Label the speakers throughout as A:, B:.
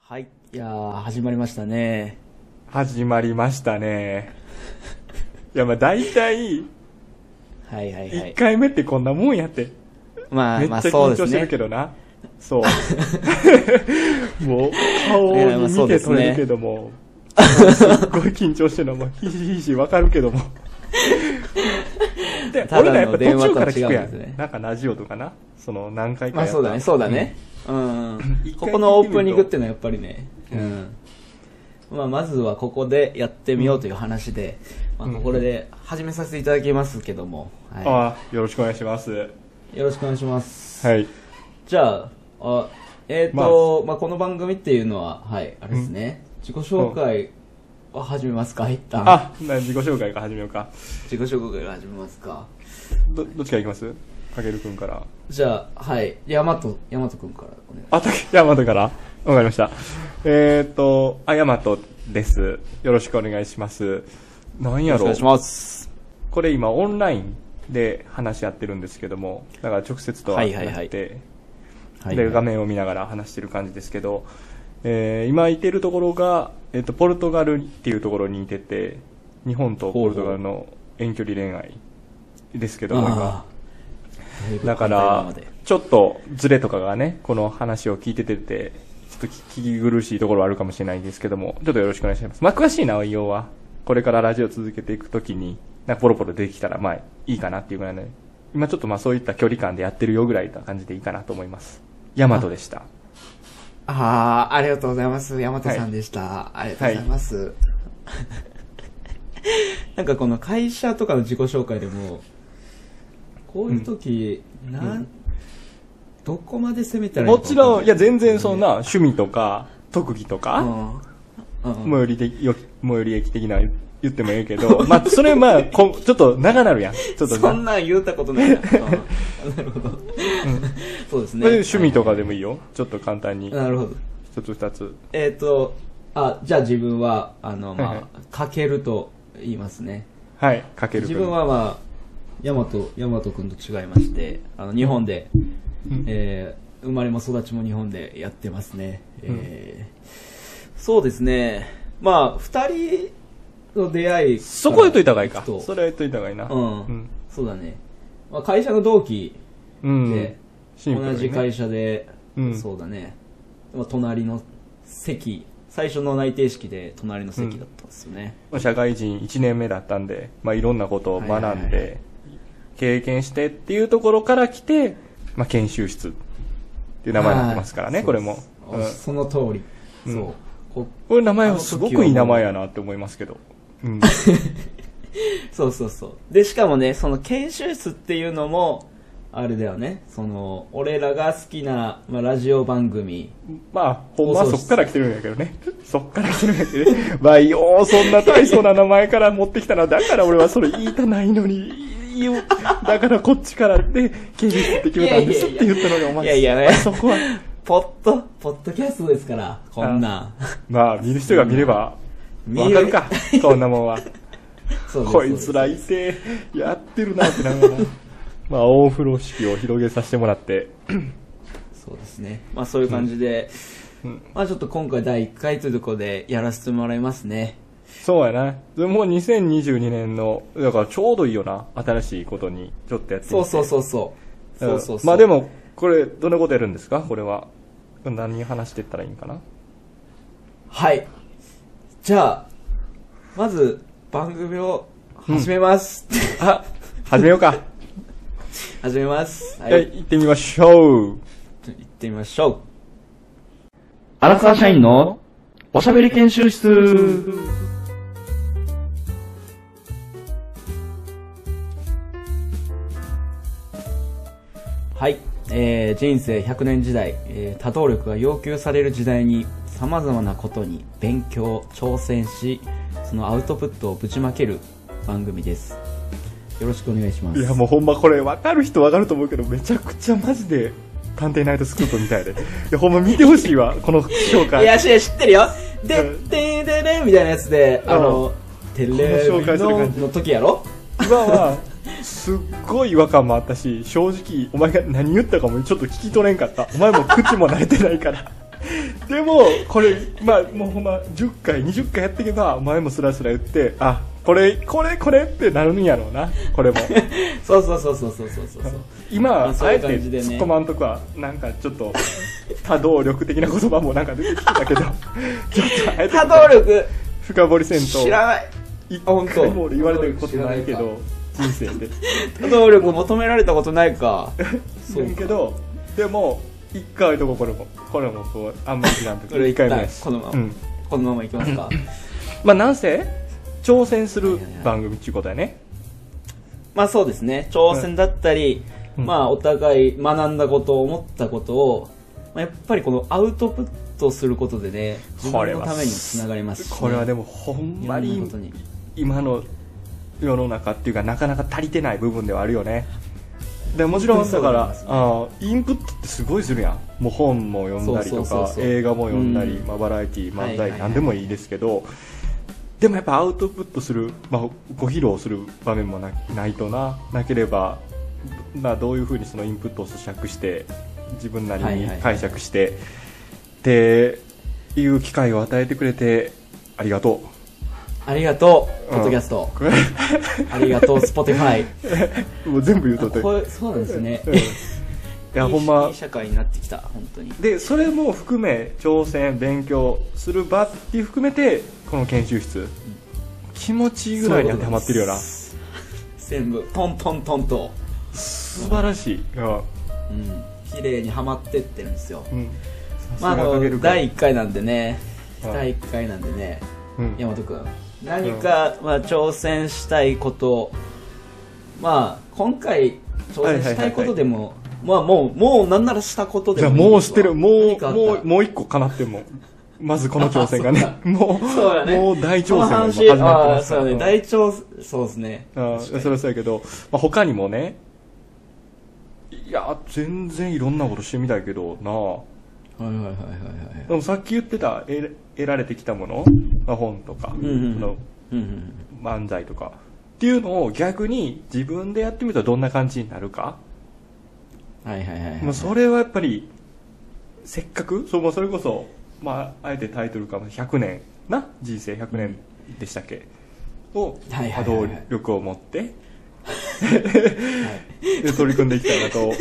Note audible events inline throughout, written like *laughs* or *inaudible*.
A: はい。いやー、始まりましたね。
B: 始まりましたね。いや、まあ大体、
A: はいはいは
B: 1
A: い。
B: 回目ってこんなもんやって。
A: まあ
B: めっち
A: ま
B: ゃ
A: あそうで
B: 緊張
A: す
B: して
A: ね
B: る。けどな。
A: *laughs*
B: そう。もう、顔
A: いやまあ
B: を
A: そう
B: 見
A: で
B: て
A: す
B: 取
A: ね
B: れるけども、すっごい緊張してるのも、ひしひしわかるけども。で、
A: た
B: 俺ら
A: だ
B: やっ
A: の
B: ぱ途
A: 電話
B: 中
A: と
B: か
A: は
B: ら
A: 違
B: 聞
A: うん
B: くや
A: で
B: ん。
A: すね
B: なんかラジオとかな、その何回か
A: ま
B: や
A: あ
B: った。
A: そうだね、そうだね。うん。うん
B: 一
A: こ
B: 回
A: このオープニングっていうのはやっぱりね、うん。まあまずはここでやってみようという話で、まあ
B: うん
A: これで始めさせていただきますけども、
B: うん。
A: は
B: ああ、よろしくお願いします。
A: い。よろしくお願いします。
B: はい。
A: じゃあ、あえっと、まあこの番組っていうのは、はい、あれですね、自己紹介を始めますか、一旦。
B: あ、な自己紹介から始めようか。
A: 自己紹介を始めますか。
B: ど、どっちからいきますかけるくんから。
A: じゃあ、はい。ヤマト、ヤマト君からお願い
B: あ、たけ、ヤマトからわかりました。えーっと、あ、ヤマトです。よろしくお願いします。なんやろ
A: ます。
B: これ今オンラインで話し合ってるんですけども、だから直接とは
A: は
B: ないくて、
A: はいはいはい。
B: で、画面を見ながら話してる感じですけど、えー今いてるところが、えーっと、ポルトガルっていうところにいてて、日本とポルトガルの遠距離恋愛ですけども、今
A: あ。あ
B: だか
A: だいぶ簡単な
B: ら
A: まで、
B: ちょっとズレとかがね、この話を聞いててて、ちょっと聞き苦しいところはあるかもしれないんですけども、ちょっとよろしくお願いします。まあ、詳しい内容は、これからラジオ続けていくときに、なんかポロポロできたら、まあ、いいかなっていうぐらいの、今ちょっとまあそういった距離感でやってるよぐらいな感じでいいかなと思います。ヤマトでした。
A: ああ、ありがとうございます。ヤマトさんでした。ありがとうございます。なんかこの会社とかの自己紹介でも、こういう時、なん、
B: うん
A: どこまで攻めたらいいの
B: も
A: か
B: ちろん、いや、全然そ
A: そ
B: んな趣味とか、特技とか、
A: うん。うん
B: 最寄り的、よ最寄り駅的な言ってもいいけど、まあ、それまあ、こちょっと長なるやん。ちょっと
A: そんなん言うたこと
B: *laughs*
A: ないな。うんなるほど。そうですね。
B: まあでも趣味とかでもいいよ。ちょっと簡単に。
A: なるほど。
B: 一つ二つ。
A: えっ、と、あ、じゃあ自分は、あの、
B: はい
A: ま
B: は
A: あ、かけると言いますね。
B: はい。かけるくん
A: 自分、はまあ、ヤマト、ヤマト君と違いまして、あの、日本で、
B: うん
A: えー生まれも育ちも日本でやってますね。えーそうですね。まあ、二人の出会い。
B: そこ言っといた方がいいか。
A: そう
B: それは言っといた方がいいな。
A: うん。そうだね。まあ、会社の同期
B: うん。うん
A: で、
B: シンプル
A: 同
B: にね
A: じ会社で、
B: うん
A: そうだね、まあ、隣の席最初の内定式で隣の席だったんですよね、
B: まあ社会人1年目だったんで、まあ、いろんなことを学ん
A: はいはい
B: で、経験してっていうところから来て、まあ、研修室っていう名前になってますからね、
A: はい
B: これも。
A: そう
B: うん
A: その通り、
B: うん
A: そうこ
B: これ名前はすごくいい名前やなって思いますけど。うん。
A: そうそうそうでしかもねその研修室っていうのもあれだよねその俺らが好きな、まあ、ラジオ番組
B: まあ、ほんまは
A: 放送
B: そ
A: 室
B: っから来てるんやけどね。そっから来てるんやけどね。 *laughs* まあ、よう、そんな大層な名前から持ってきたら、だから俺はそれ言いたないのに、いいよだからこっちからで、刑事って決めたんですって言ったのがお前。
A: いやいやいやいやいや
B: まあそこは。
A: ポッドポッドキャストですからこんなん
B: まあ、見る人が見れば、
A: *laughs* 見
B: わ
A: る
B: かるか。こんなもんは。
A: そうです
B: こいつらいて、やってるなってながら。まあ、大風呂敷を広げさせてもらって。
A: そうですね。まあそういう感じで、
B: うんうん
A: まあちょっと今回第1回というところでやらせてもらいますね。
B: そうやな。でもう2022年の、だからちょうどいいよな。新しいことに、ちょっとやってみて
A: そうそうそうそう。そうそうそう。
B: まあで、も、これ、どんなことやるんですかこれは。何話していったらいいんかな
A: はい。じゃあ、まず番組を始めます。
B: あ、始めよう *laughs* か。
A: *laughs* 始めます。は
B: はい、
A: い。
B: 行ってみましょう。
A: 行ってみましょ
C: 荒沢社員のおしゃべり研修室。
A: う。はい。えー人生100年時代、えー多動力が要求される時代に、様々なことに勉強、挑戦し、そのアウトプットをぶちまける番組です。よろしくお願いします。
B: いや、もうほんまこれ、分かる人分かると思うけど、めちゃくちゃマジで、探偵ナイトスクープみたいで。いや、ほんま見てほ *laughs* しいわ、この紹
A: い
B: 介。
A: や、知知ってるよ。で、
B: うん
A: で、で、で、みたいなやつで、
B: うん
A: あの、テレビ
B: この紹介する
A: の
B: 感じ
A: の時やろ
B: 今は、すっごい違和感もあったし、正直、お前が何言ったかもちょっと聞き取れんかった。お前も口も慣れてないから。 *laughs* でもこれまあもうほんま10回20回やってけばお前もスラスラ言ってあこれこれこれってなるんやろうな
A: *laughs*
B: これも
A: そうそうそうそうそうそうそうそう
B: 今
A: まあ
B: は
A: そう
B: あ
A: い
B: え
A: う
B: て
A: 感じでね
B: 突っ込まんとこはなんかちょっと多動力的な言葉もなんか出てきて
A: *laughs*
B: たけどちょっとあえて
A: 多動力
B: 深掘りせんと
A: 知らない
B: 一
A: あ本当
B: 回も俺言われたことないけ
A: 知らない
B: ど人生で
A: 多動力求められたことないか
B: そうけどでも一回とここれもこれもこうあんまり知ら
A: *laughs*
B: んと
A: これ
B: 一回目や
A: 一
B: し
A: 旦このまま
B: うん
A: このままいきます
B: *laughs*
A: か
B: まあなんせ挑戦する番組っていうことやね
A: まあそうですね挑戦だったり、
B: うん
A: まあお互い学んだこと思ったことを、まあ、やっぱりこのアウトプットすることでね自
B: これ
A: 分
B: は
A: のためにもつながりますしね、
B: これはでもほんま
A: いろんな
B: に
A: ことに
B: 今の世の中っていうかなかなか足りてない部分ではあるよねでもちろんだか
A: 本当にそうだと思い
B: ら、
A: ますね
B: あーインプットってすごいするやんもう本も読んだりと
A: そうそう
B: か
A: そうそう
B: 映画も読んだり、
A: うん
B: まあ、バラエティ漫
A: はいはい
B: 才、
A: はい
B: 何でもいいですけどでもやっぱアウトプットする、まあ、ご披露する場面もなないとななければ、まあ、どういうふうにそのインプットを咀嚼して自分なり
A: はい
B: に
A: はいはい
B: 解釈して、っていう機会を与えてくれてありがとう。
A: ありがとう
B: うん
A: ポッドキャス
B: *laughs*
A: ト、ありがとう Spotify
B: もう全部言うとって
A: これそうなんですね
B: うん *laughs* いやほんま
A: いい社会になってきた本当に
B: でそれも含め挑戦勉強する場っていう含めてこの研修室気持ちいいぐらいに当てはまってるよな
A: そうです全部トントントンと、
B: 素晴らしい、うん
A: うん、綺麗にはまってってるんですよ
B: うん、
A: まあ、あ
B: さすがかける
A: の
B: か
A: 第1回なんでね、
B: はい
A: 第1回なんでね、
B: うん
A: 山本君、何か、まあ、挑戦したいこと、まあ、今回、挑戦したいことでも、まあ、もう、もう、なんならしたことで
B: じゃ
A: も
B: あ
A: いいですわ
B: もうしてるもう
A: 何かあった
B: もうもう一個かなってんもんまずこの挑戦がねもう
A: *laughs* そうだね、
B: もう大挑戦が
A: こ
B: もう
A: の話
B: 始まって
A: あ
B: ま
A: あ
B: す
A: そうだね、
B: ん
A: 大挑戦、そうですね、
B: あーそれはそうやけど、まあ、他にもねいや全然いろんなことしてみたいけどなあ
A: はいはいはいはいはい
B: でもさっき言ってた得ら得られてきたもの、まあ、本とか、
A: うんうん
B: その
A: うんうん
B: 漫才とかっていうのを逆に自分でやってみたらどんな感じになるか、
A: うんはいはいはいはい
B: まあ、それはやっぱりせっかくそう、まあ、それこそ、まあ、あえてタイトルかも100年な人生100年でしたっけ、を
A: はいは
B: 波
A: いはいは
B: 動
A: い
B: 力を持って、で取り組んでいきたいなと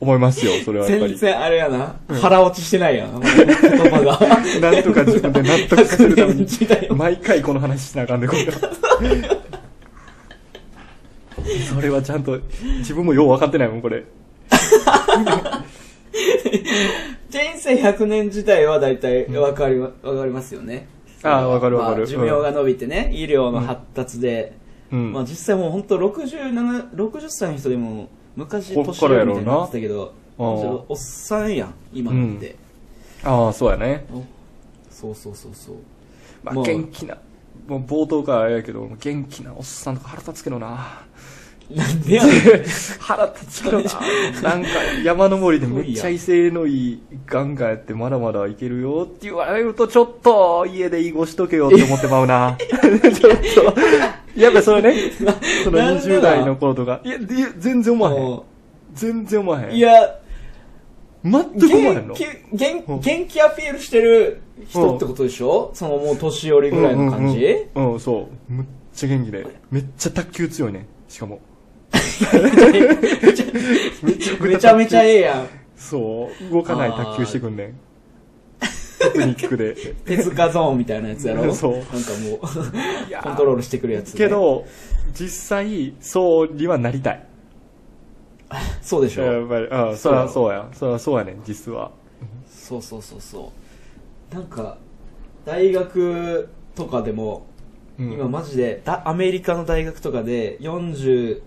B: 思いますよそれはやっぱ
A: 全
B: り。
A: 然あれやな、腹落ちしてないや
B: *laughs*
A: ん、もう言葉が。
B: なんとか自分で納得させるた
A: *laughs*
B: め
A: 100年時代
B: に
A: を
B: 毎回この話しなあかんでこれはそれはちゃんと自分もよう分かってないもんこれ
A: 人生100年自体は大体わかりま、わかりますよね。
B: あーわかるわかる
A: まあ寿命が伸びてね、医療の発達で、
B: うん、
A: まあ実際もう本当67、60歳の人でも、昔
B: こ
A: 年
B: っ
A: 寄
B: から
A: り
B: や
A: み
B: ろうな
A: たいになってたけど、
B: あー
A: むしろおっさんやん、今って。
B: ああそうやね、
A: おそうそうそうそう。
B: まあ、
A: もう
B: 元気なもう冒頭からあれやけど元気なおっさんとか腹立つけ
A: *laughs*
B: どな
A: なんでやねん
B: 腹立つけどななんか山登りでめっちゃ威勢のいいガンガンやってまだまだいけるよって言われるとちょっと家で囲碁しとけよって思ってま
A: *laughs*
B: うなちょっとやっぱそれねその
A: なんで
B: 20
A: だ
B: 代の頃とかいやで全然思わへん
A: も
B: 全然思わへ
A: うんいや、
B: 全く思わへん
A: 元
B: の
A: 気、元
B: うん
A: 元気アピールしてる人ってことでしょそのもう年寄りぐらいの感じ、
B: うんうんうんうんそうむっちゃ元気でめっちゃ卓球強いねしかも
A: めちゃめちゃええやん。
B: そう動かない卓球してくんねんテクニックで
A: 手塚ゾーンみたいなやつやろ
B: *laughs* そう
A: なんかもう
B: いやー
A: コントロールしてくるやつね、
B: けど実際そうにはなりたい
A: そうでしょ、
B: やっぱりうんそらそうやそらそうやねん実は
A: そうそうそうそうなんか大学とかでも、
B: うん
A: 今マジでだアメリカの大学とかで40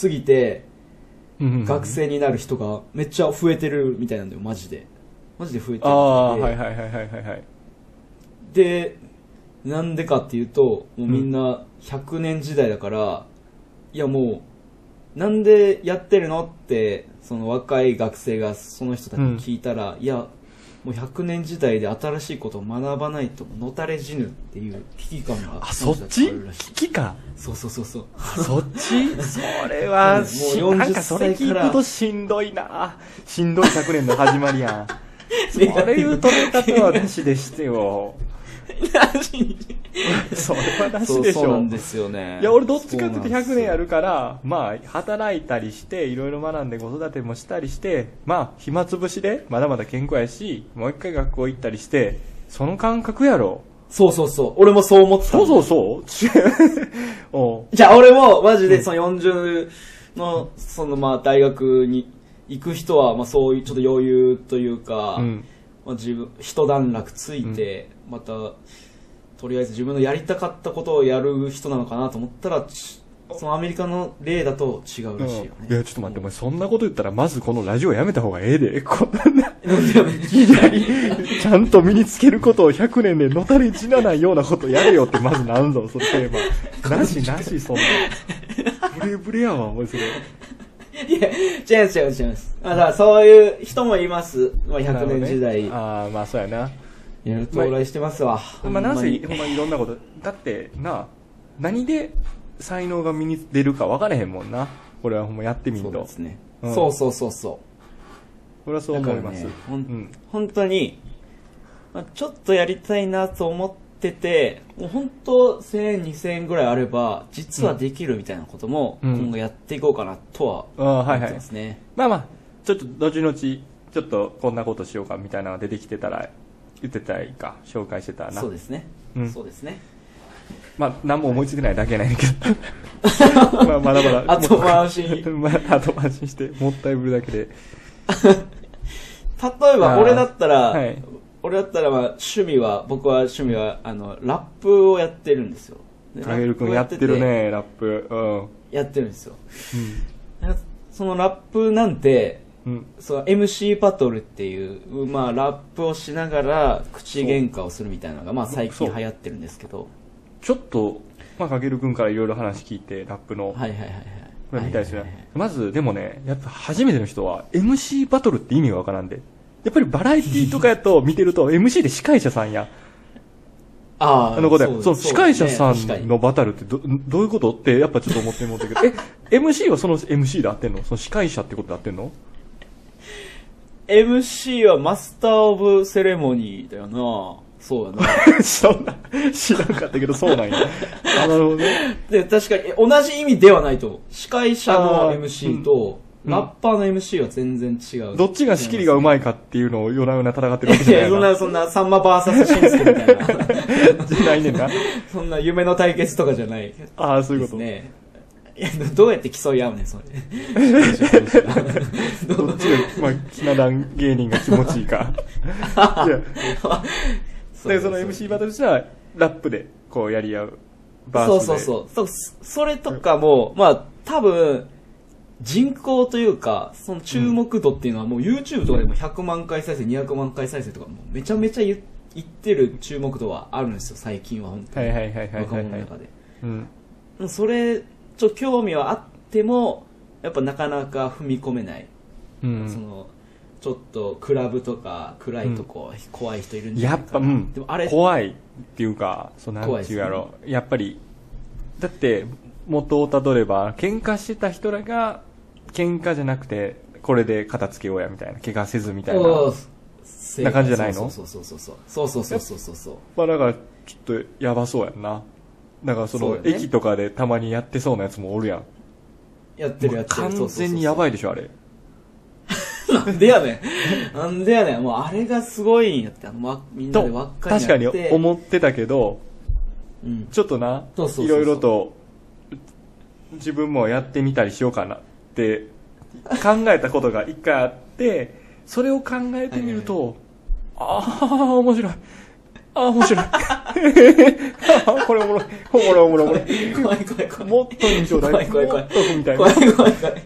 A: 過ぎて学生になる人がめっちゃ増えてるみたいなんだよマジでマジで増えてる
B: ああはいはいはいはいはいはい
A: でなんでかっていうともうみんな100年時代だから、いやもうなんでやってるのってその若い学生がその人たちに聞いたら、いやもう100年時代で新しいことを学ばないとのたれ死ぬっていう危機感が
B: あそっち
A: あるらしい
B: 危機か
A: そうそうそうそう
B: そっちそれは
A: もう
B: し
A: 40
B: *laughs* なんかそれ聞くとしんどいなしんどい昨年の始まりやんそれ言うとれ方はなしでしてよ。それはなしでし
A: そうそうな
B: ょ
A: ん。ですよね
B: いや、俺どっちかっていうと
A: そうなんです
B: 100
A: よ
B: 年やるから、まあ、働いたりして、いろいろ学んで子育てもしたりして、まあ、暇つぶしで、まだまだ健康やし、もう一回学校行ったりして、その感覚やろ。
A: そうそうそう俺もそう思ってた
B: そうそう *laughs* そう違うおう
A: *laughs* じゃあ俺もマジでその40の、そのまあ大学に行く人は、まあそういうちょっと余裕というか、
B: うん。
A: まあ自分、一段落ついて、また、とりあえず自分のやりたかったことをやる人なのかなと思ったら、ちそのアメリカの例だと違うらしいよね。
B: いや、ちょっと待って、お前、そんなこと言ったら、まずこのラジオやめた方がええで。こんな、いきなり、ちゃんと身につけることを100年でのたれ死なないようなことやれよって、まずなんぞ、そのテーマ。なしなし、そんな。ブレブレやわ、お前、それ。
A: *laughs* いや、違います違います違います。まあだからそういう人もいます。まあ100年時代、
B: ああ、まあ、そうやな。
A: いろいろ到来してますわ。
B: まあ、なん
A: ほん
B: せ、
A: に
B: ほんまいろんなこと。だって、な、何で才能が身に出るか分からへんもんな。これはほんまやってみん
A: そうで
B: と。
A: すね。
B: うん
A: そうそうそうそう。
B: これはそう
A: だか
B: 思
A: ら
B: います
A: ね、。ほ
B: うんん。
A: 本当に、まあ、ちょっとやりたいなと思ってて、もう本当1000円、2000円ぐらいあれば、実はできるみたいなことも、
B: うん
A: 今後やっていこうかなとは
B: ああ、
A: 思
B: はい
A: っ
B: は
A: て
B: い
A: ま。すね。
B: まあまあ、ちょっと後々、ちょっとこんなことしようかみたいなのが出てきてたら、言ってたらいいか、紹介してたらな。
A: そうですね。
B: うん
A: そうですね。
B: まあ、何も思いついてないだけやないけ
A: *laughs*
B: ど。まあ、まだまだ。
A: 後回しに
B: まあ、後回しにして、もったいぶるだけで。
A: 例え
B: あ
A: ば、
B: ー
A: 俺だったら、
B: はい
A: 俺だったら、まあ、趣味は、僕は趣味は、あの、ラップをやってるんですよ。で
B: かげるくんやってる。ね、ラップ。うん。
A: やってるんですよ。なんかそのラップなんて、
B: うん。うん。
A: その MC バトルっていう、まあ、ラップをしながら口喧嘩をするみたいなのが、まあ、最近流行ってるんですけど
B: ちょっと、まあ、かげるくんからいろいろ話聞いて、ラップ
A: はい
B: の。
A: はいはい
B: これ
A: はい
B: 見たいです
A: はいはいはい
B: ね。まず、でもね、やっぱ初めての人は MC バトルって意味がわからんで。やっぱりバラエティとかやと見てると MC で司会者さんや。
A: あー
B: あの子で、
A: う
B: その司会者
A: そ
B: さ
A: うです
B: ん
A: ね
B: のバトルってど、どういうことってやっぱちょっと思って思ったけど、え、MC はその MC で合ってんのその司会者ってことで合ってん *laughs* の
A: MC はマスター・オブ・セレモニーだよなそうやな
B: *laughs* そんな、知らんかったけどそうなんや。あ、なるほどね。
A: で確かにえ同じ意味ではないと思う司会者の
B: あー
A: MC と、
B: うん
A: ラッパーの MC は全然違う
B: どっちが仕切りがうまいかっていうのを夜な夜な戦ってるわけ
A: い
B: じゃな
A: や
B: い
A: そんな、そん
B: な
A: な、さんま VS しんすけみたいな。 *laughs*
B: じゃないねんな。
A: そんな夢の対決とかじゃない。
B: ああ、そういう
A: で
B: こ
A: す
B: と。
A: ね。いや、どうやって競い合うねん、それ。
B: どっちが、まあ、ひな壇芸人が気持ちいい *laughs* か。いや
A: そう
B: で、その MC バトルしたら、ラップで、こうやり合う。バ
A: そ
B: ー
A: う
B: スで。
A: そうそう。そうそそれとかも、まあ、多分、人口というか、その注目度っていうのはもう YouTube とかでも100万回再生、200万回再生とか、もうめちゃめちゃ言っ言ってる注目度はあるんですよ、最近は本当に。
B: はいはいはいはいはいはい
A: 若者の中で。
B: うん。
A: でもそれ、ちょっと興味はあっても、やっぱなかなか踏み込めない。
B: うん。
A: そのちょっとクラブとか暗いとこ、怖い人いるんじゃ
B: や
A: ない
B: っぱ、
A: か
B: う
A: な。
B: ん。
A: でもあれ、
B: 怖いっていうか、そうなんていうや
A: 怖い
B: ろ。やっぱり、だって、元をたどれば、喧嘩してた人らが、喧嘩じゃなくて、これで片付けようやみたいな、怪我せずみたいな。
A: おーせ
B: な感じじゃないの
A: そうそうそうそうそうそうそうそうそうそう
B: まあだから、ちょっとやばそうやんな。だからそ
A: そう
B: の、
A: よね
B: 駅とかでたまにやってそうなやつもおるやん。
A: やってるやってる
B: 完全にやば
A: い
B: いでしょ、あれ。
A: なんでやねんなんでやねんもうあれがすごいんやってあのわみんな
B: と
A: で輪っ、かに
B: 確かに
A: なって
B: 思ってたけど、
A: うん
B: ちょっとな
A: そうそうそうそう、
B: いろいろと、自分もやってみたりしようかなって、考えたことが一回あって、それを考えてみると、ああ、面白い。ああ、面白い。
A: *laughs*
B: これおもろい。これおもろい、おもろい、おもろ
A: 怖い怖い怖
B: い。
A: い
B: もっと印象大
A: 怖い怖い
B: も
A: 怖い
B: っとみたいな。
A: 怖
B: っ
A: い怖い怖い
B: て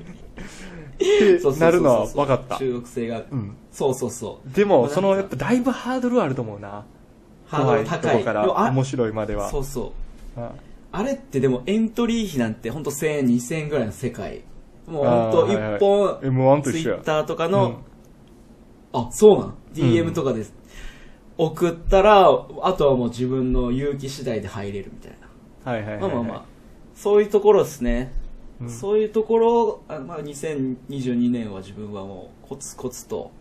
A: そうそうそうそう
B: なるのは分かった。
A: 中毒性がある
B: うん。
A: そうそうそう
B: でも、その、
A: な
B: や
A: ん
B: っ
A: か
B: ぱだいぶハードルあると思うな。
A: ハード
B: 怖
A: ル
B: いと
A: 高い
B: こか
A: でもあ
B: ら面白いまでは。
A: そうそう
B: うん
A: あれってでもエントリー費なんて本当1000円、2000円ぐらいの世界。もう本
B: あーはいはい
A: 当一本、
B: M1 と
A: ツイ
B: 一緒や
A: ッターとかの、あ、そうなん ?DM とかです。送ったら、あとはもう自分の勇気次第で入れるみたいな。
B: はいはいはい
A: まあ
B: はい。
A: まあまあ、そういうところですね。
B: うん
A: そういうところを、あまあ、2022年は自分はもうコツコツと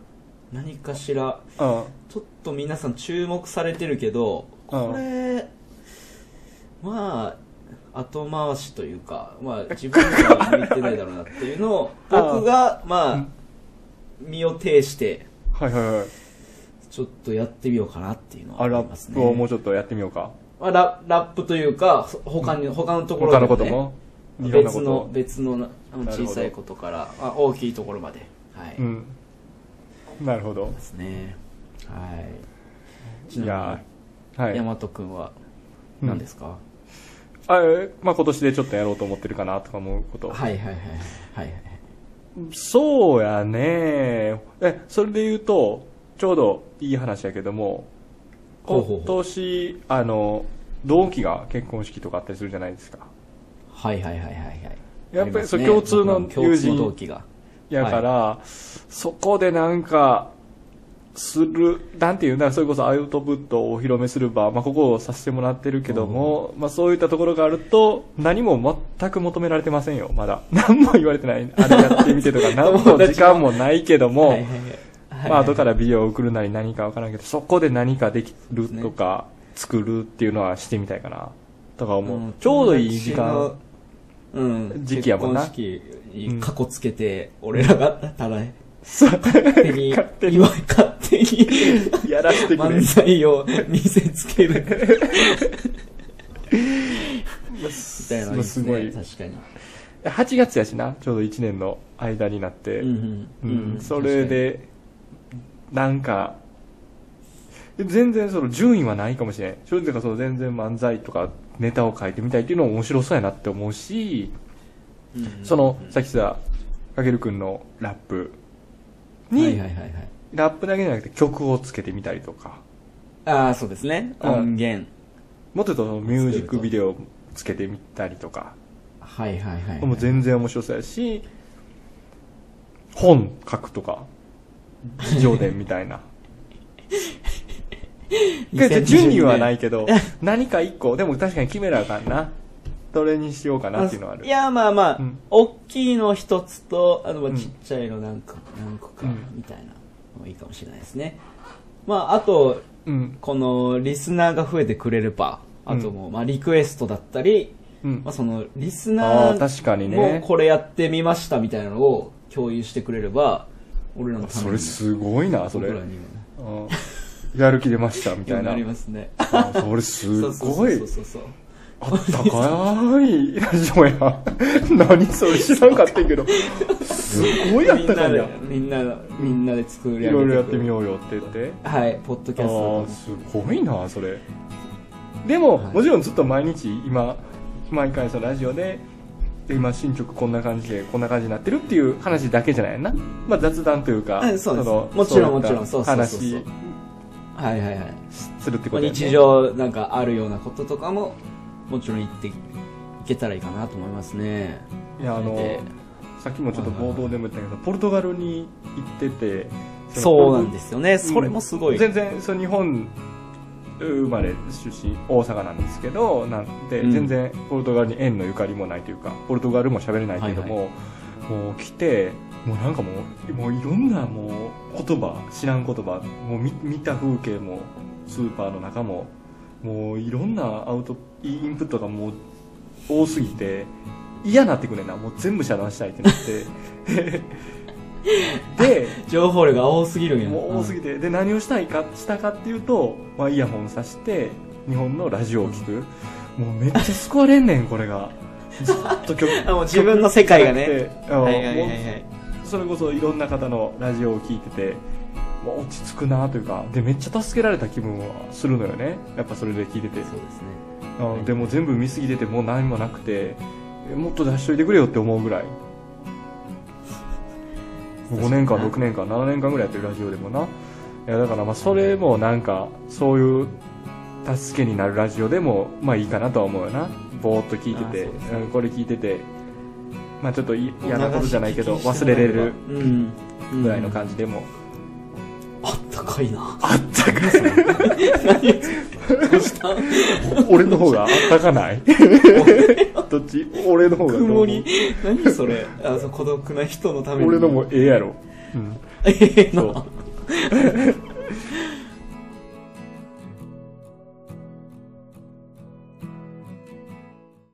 A: 何かしら
B: うん。
A: ちょっと皆さん注目されてるけどこれまあ後回しというか、ま
B: *laughs*
A: あ、自分には向いてないだろうなっていうのを
B: あー
A: 僕がまあ
B: うん
A: 身を挺して
B: はいはいはい。
A: ちょっとやってみようかなっていうのは
B: あ、
A: あ
B: ラ
A: ります
B: ッ
A: ね
B: プをもうちょっとやってみようか。
A: まあ、ララップというかそ他に他のところ
B: 他のこ
A: でね
B: とも。いろんな
A: 別
B: こと
A: の
B: を。
A: 別のあの
B: なるほど
A: 小さいことからあ大きいところまではい、
B: うん。なるほど
A: で。すねはいち
B: い
A: な
B: やーは
A: みに大
B: い。
A: 和君は何ですか、
B: あえまあ今年でちょっとやろうと思ってるかなとか思うこと。
A: はいはいはいはいはい
B: そうやねえ、それで言うと、ちょうどいい話やけども、
A: ほうほうほう
B: 今年、あの、同期が結婚式とかあったりするじゃないですか。
A: はいはいはいはいはい
B: やっぱりそう
A: あますね
B: 共通の
A: 僕ら共通の
B: 友人
A: 同期が
B: やから、そこでなんか、する、なんていうんだ、それこそアウトプットをお披露目する場、まあ、ここをさせてもらってるけども、まあ、そういったところがあると、何も全く求められてませんよ、まだ。 *laughs* 何も言われてない。あれやってみてと
A: *laughs*
B: か、何も時間もないけども、
A: はいはいはい
B: まあ、後からビデオを送るなり何かわからんけど、そこで何かできるとか、作るっていうのはしてみたいかな、とか思う。ちょうどいい時間。、
A: うん友達のうん、
B: 時期やもんな
A: 結婚式にかこつけて、俺らがただ
B: そう
A: 勝手に
B: 勝手に
A: 今勝手に
B: やらせてく
A: *laughs*
B: れ
A: 漫。才を見せつけるみたいなの
B: まあ *laughs* すごい。
A: 確かに
B: 8月やしな、ちょうど1年の間になって。
A: うんう
B: うんんそれで、なんか、全然その順位はないかもしれん。正直その全然漫才とかネタを書いてみたいっていうのも面白そうやなって思うし、
A: 確かに
B: その、さっきさ、かけるくんのラップ
A: うん
B: に、
A: はいはいはいはい
B: ラップだけじゃなくて曲をつけてみたりとか、
A: ああそうですね
B: うん
A: 音源
B: もっと言うとそのミュージックビデオをつけてみたりとか、
A: はいはいはい
B: もう全然面白そうやし、本書くとか、自情伝みたいな。順位はない
A: *laughs*
B: けど、何か一個、でも確かに決めなあかんな。どれにしようかなっていうのはある。
A: いやまあまあ、
B: うん
A: 大きいの一つとあのまあ
B: うん
A: ちっちゃいのなんか、何個か
B: うん
A: みたいなのもいいかもしれないですね、まああと
B: うん。
A: このリスナーが増えてくれればあともう、まあ、リクエストだったり、
B: うん
A: まあ、。そのリス
B: あ
A: ナ
B: あ、確かに
A: ーも
B: ね。
A: これやってみましたみたいなのを共有してくれれば俺らのために
B: そ
A: も
B: れすごいな、それ。
A: 僕
B: う
A: らに
B: ん
A: もね
B: やる気出ました、みた
A: よう
B: い
A: に
B: な
A: な。りますね
B: あそれ *laughs* す
A: そうそう
B: ごい
A: そう。そうそう
B: あったかいラジオや。 *laughs* 何それ知らんかった
A: *laughs*
B: けど。すごいあっ
A: みん
B: た
A: な
B: かい
A: で
B: や。
A: みんなみんなで作り上げ
B: いろいろやってみ
A: う
B: ようよって言って。
A: はいポッドキャス
B: あ
A: ト
B: あすごいなそれでも、
A: はい
B: もちろんずっと毎日今毎回そのラジオでで今新曲こんな感じでこんな感じになってるっていう話だけじゃないやんな、まあ、雑談というか、
A: うんそうです
B: の
A: もちろん
B: そ
A: も
B: ういった
A: ちろんそうそうそうそう
B: 話
A: はいはいはい
B: するってこ
A: まあ
B: とやね
A: 日常なんかあるようなこととかももちろん言っていけたらいいかなと思いますね
B: いやあの
A: で
B: さっきもちょっと冒頭でも言ったけどポルトガルに行ってて
A: そうなん
B: す
A: ですよねそれもすごい、
B: 全然その日本生まれ出身大阪なんですけどなんで、
A: うん
B: 全然ポルトガルに縁のゆかりもないというかポルトガルも喋れないけども、もう来てもうなんかもうもういろんなもう言葉知らん言葉もう見見た風景もスーパーの中ももういろんなアウトインプットがもう多すぎて嫌になってくれなもう全部遮断したいってなってで
A: 情報量が多すぎるんや
B: もう多すぎ
A: て、
B: て、で何をしたいかしたかっていうと、まあ、イヤホンさして日本のラジオを聞く、もうめっちゃ救われんねんこれがずっと曲
A: *laughs* あもう自分の世界がね
B: 曲聴くってあの
A: はいはいはいはい
B: も
A: う
B: それこそいろんな方のラジオを聞いててもう落ち着くなというかでめっちゃ助けられた気分はするのよねやっぱそれで聞いて
A: そう
B: て
A: ですね
B: あでも全部見過ぎててもう何もなくてえもっと出しといてくれよって思うぐ
A: *laughs*
B: らい5年間6年間7年間ぐらいやってるラジオでもないやだからまあそれもなんかそういう助けになるラジオでもまあいいかなとは思うよなぼーっと聞いて
A: あ
B: て
A: そうですね
B: うんこれ聞いててまあちょっとい嫌なことじゃないけど忘れれる
A: うん
B: ぐらいの感じでも
A: あったかいな
B: あったかい
A: どうした
B: *laughs* 俺の方があった
A: *laughs*
B: かないどっち俺の方がどう思
A: 曇
B: う
A: り何それあそう孤独な人のために
B: 俺のもええやろ、うん、
A: *laughs* ええな
B: そう